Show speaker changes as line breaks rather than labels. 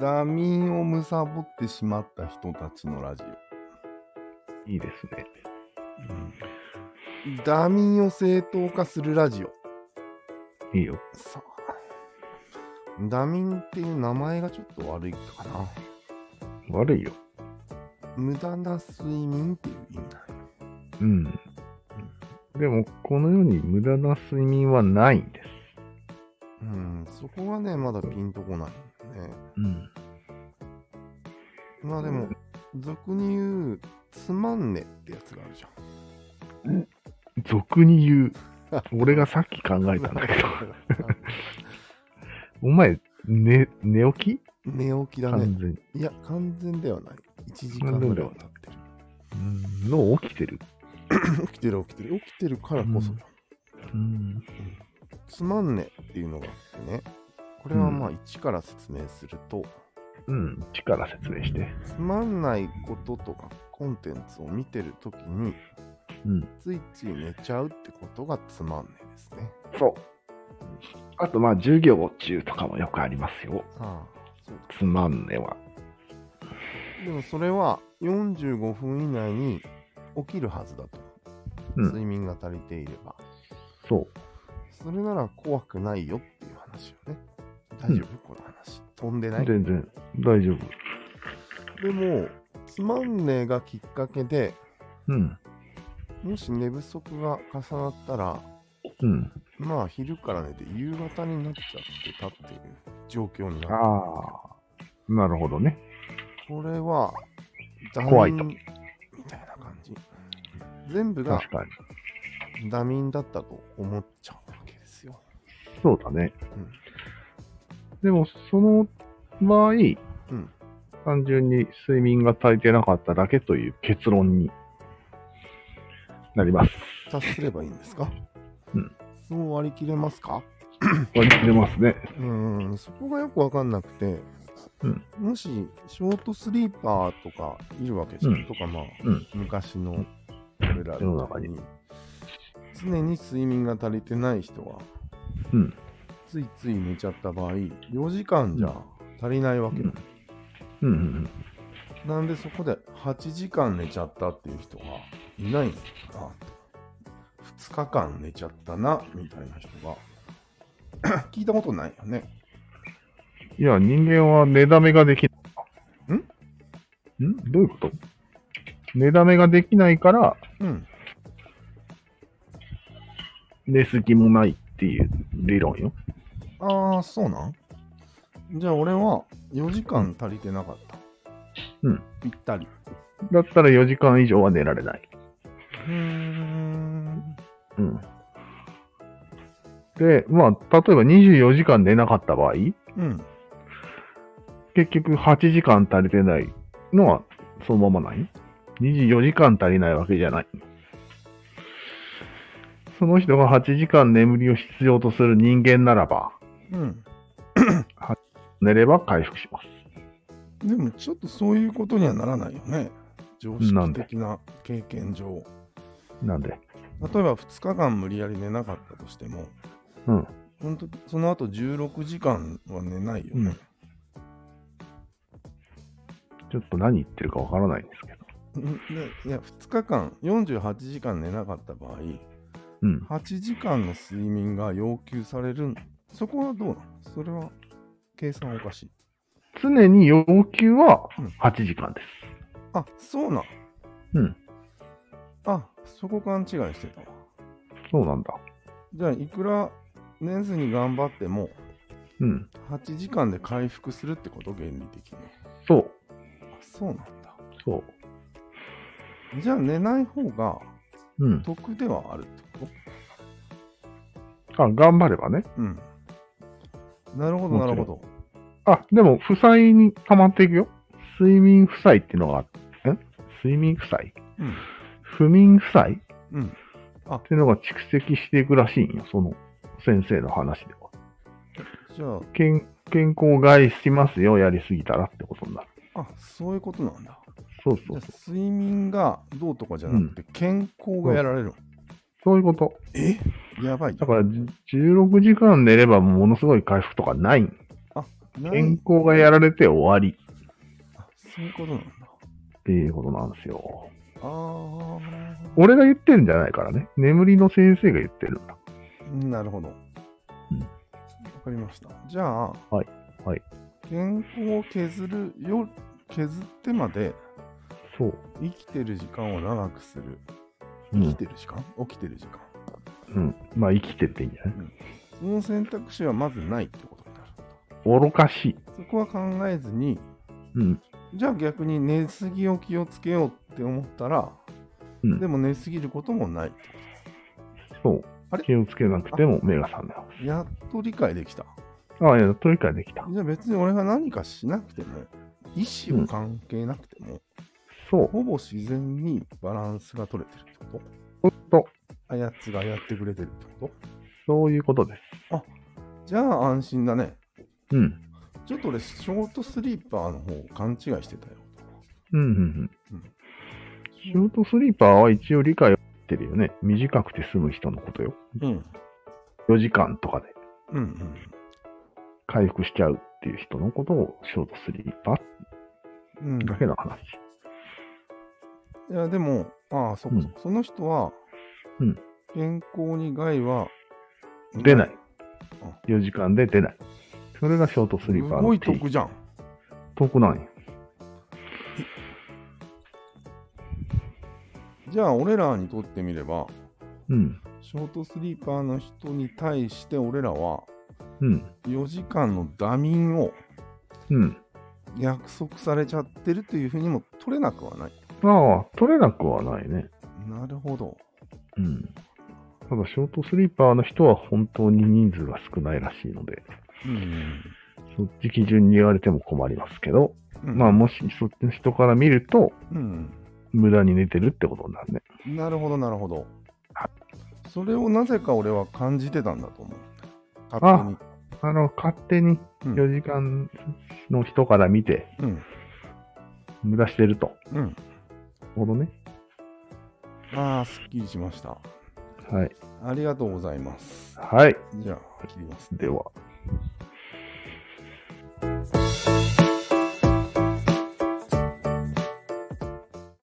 画民を貪ってしまった人たちのラジ
いいですね。
オ。ダミンを正当化するラジオ。
いいよ。
さあ。ダミンっていう名前がちょっと悪いかな。
悪いよ。
無駄な睡眠っていう意味だよ。
うん。でも、この世に無駄な睡眠はないんです。
うん、そこがね、まだピンとこないんだよね。
うん。
まあでも、俗に言う、つまんねってやつがあるじゃん。
俗に言う。俺がさっき考えたんだ けど。お前、寝、寝起き
寝起きだね
完。全に。
いや、完全ではない。1時間ぐらいは経って
うん。の起きてる。
る。起きてる起きてる。起きてるからこそだ。
うん。
つまんねっていうのがあってね。これはまあ一から説明すると、
うん。力説明して。
つまんないこととかコンテンツを見てるときに、
うん。
ついつい寝ちゃうってことがつまんねですね。
そう。あと、まあ、授業中とかもよくありますよ。
ああ、そう
つまんねは。
でもそれは45分以内に起きるはずだと。
うん
睡眠が足りていれば。
そう。
それなら怖くないよっていう話よね。大丈夫、この話。飛んでない
全然大丈夫。
でも、つまんねえがきっかけで、
うん。
もし寝不足が重なったら、
うん。
まあ昼から寝て夕方になっちゃってたっていう状況になる。
ああ。なるほどね。
これは、
怖いと
ダミンみたいな感じ。全部が
確かに。
ダミンだったと思っちゃうわけですよ。
そうだね。
うん
でも、その場合、
うん
単純に睡眠が足りてなかっただけという結論にな ります。
達すればいいんですか
うん。
そう割り切れますか
割り切れますね。
うーん、そこがよくわかんなくて、
うん
もし、ショートスリーパーとかいるわけじゃん。
うん
とか、まあ、
うん
昔の俺ら
世の中に。
常に睡眠が足りてない人が、
うん
ついつい寝ちゃった場合、4時間じゃ足りないわけだ。
うんうん
なんでそこで8時間寝ちゃったっていう人がいないんだな。2日間寝ちゃったな、みたいな人が。 聞いたことないよね。
うん。いや、人間は寝だめができない。んんどういうこと寝だめができないから、
うん。
寝すぎもないっていう理論よ。
ああ、そうなんじゃあ俺は4時間足りてなかった。
うん。
ぴったり。
だったら4時間以上は寝られない。
うーん。
うん。で、まあ、例えば24時間寝なかった場合、
うん。
結局8時間足りてないのはそのままない ?24 時間足りないわけじゃない。その人が8時間眠りを必要とする人間ならば、
うん。
寝れば回復します。
でもちょっとそういうことにはならないよね。常識的な経験上。
なんで、
例えば2日間無理やり寝なかったとしても、
うん。
ほんとその後16時間は寝ないよね。
ちょっと何言ってるかわからないんですけど。
うんでいや2日間48時間寝なかった場合、
うん。
8時間の睡眠が要求されるんそこはどうなのそれは計算おかしい
常に要求は
うん
8時間です。
あそうなん
うん。
あそこ勘違いしてたわ
そうなんだ。
じゃあいくら寝ずに頑張っても
うん。
8時間で回復するってこと原理的に
そう。
あそうなんだ
そ
じゃあ寝ない方が
う。うん。
得ではあるってこと
あ、頑張ればね。
うんなるほどなるほど
あ、でも、負債に溜まっていくよ。睡眠負債っていうのがあって、ん睡眠負債
うん
不眠負債っ
うん
ていうのが蓄積していくらしいんよ。その先生の話では。
じゃ
健健康を害しますよ。やりすぎたらってことになる。
ああそういうことなんだ
そう
じ
そ
ゃ
う
あ。睡眠がどうとかじゃなくて健康がやられるの
そういうこと。
えやばい
だから、じ16時間寝ればものすごい回復とかないん。
あない
健康がやられて終わり
あそういうことなんだ。
っていうことなんですよ。
あ
俺が言ってるんじゃないからね。眠りの先生が言ってるんだ。
あ、なるほど。わ
うん
かりました。じゃあ、
はいはい
健康を削るよ、削ってまで
そう。
生きてる時間を長くする。
う
生き
ん。
てる時間、起きてる時間。
うん。まあ、生きてっていいんじゃない
その選択肢はまずないってことになる。
愚かしい。
そこは考えずに、
うん。
じゃあ逆に寝すぎを気をつけようって思ったら、
うん
でも寝すぎることもない。
そう
あれ。
気をつけなくても目が覚めま
やっと理解できた。
す。ああ、いや、取り替えできた。
じゃあ別に俺が何かしなくても、意思を関係なくても、
そう。
ほぼ自然にバランスが取れてるってこと
ほっと。
あやつがやってくれてるってこと
そういうことです。
じゃあ安心だね。
うん。
ちょっと俺、ショートスリーパーの方勘違いしてたよ。
うん、うん、うん。
うん
ショートスリーパーは一応理解をしてるよね。短くて済む人のことよ。
うん。
4時間とかで
うんうん。
回復しちゃうっていう人のことをショートスリーパー
うん、
だけの話。
いや、でも、ああ、そっかそっか、その人は、
うん
健康に害は
出ない。4時間で出ない。それがショートスリーパー
すご
の
い
定義
得じゃん。
得なんよ。
じゃあ、俺らにとってみれば、
うん。
ショートスリーパーの人に対して、俺らは
うん。
4時間のダ眠を
うん。
約束されちゃってるというふうにも取れなくはない。
ああ、取れなくはないね。
なるほど。
うん。ただ、ショートスリーパーの人は本当に人数が少ないらしいので、
うん。
そっち基準に言われても困りますけど、
うん
まあ、、もしそっちの人から見ると、
うん。
無駄に寝てるってことになるね。
なるほど、なるほど
は。
それをなぜか俺は感じてたんだと思う。勝手に。
あの、勝手に
うん
4時間の人から見て、
うん。
無駄してると。
うん。
ほどね。
ああ、すっきりしました。
はい。
ありがとうございます。
はい。
じゃあ、切ります。
では。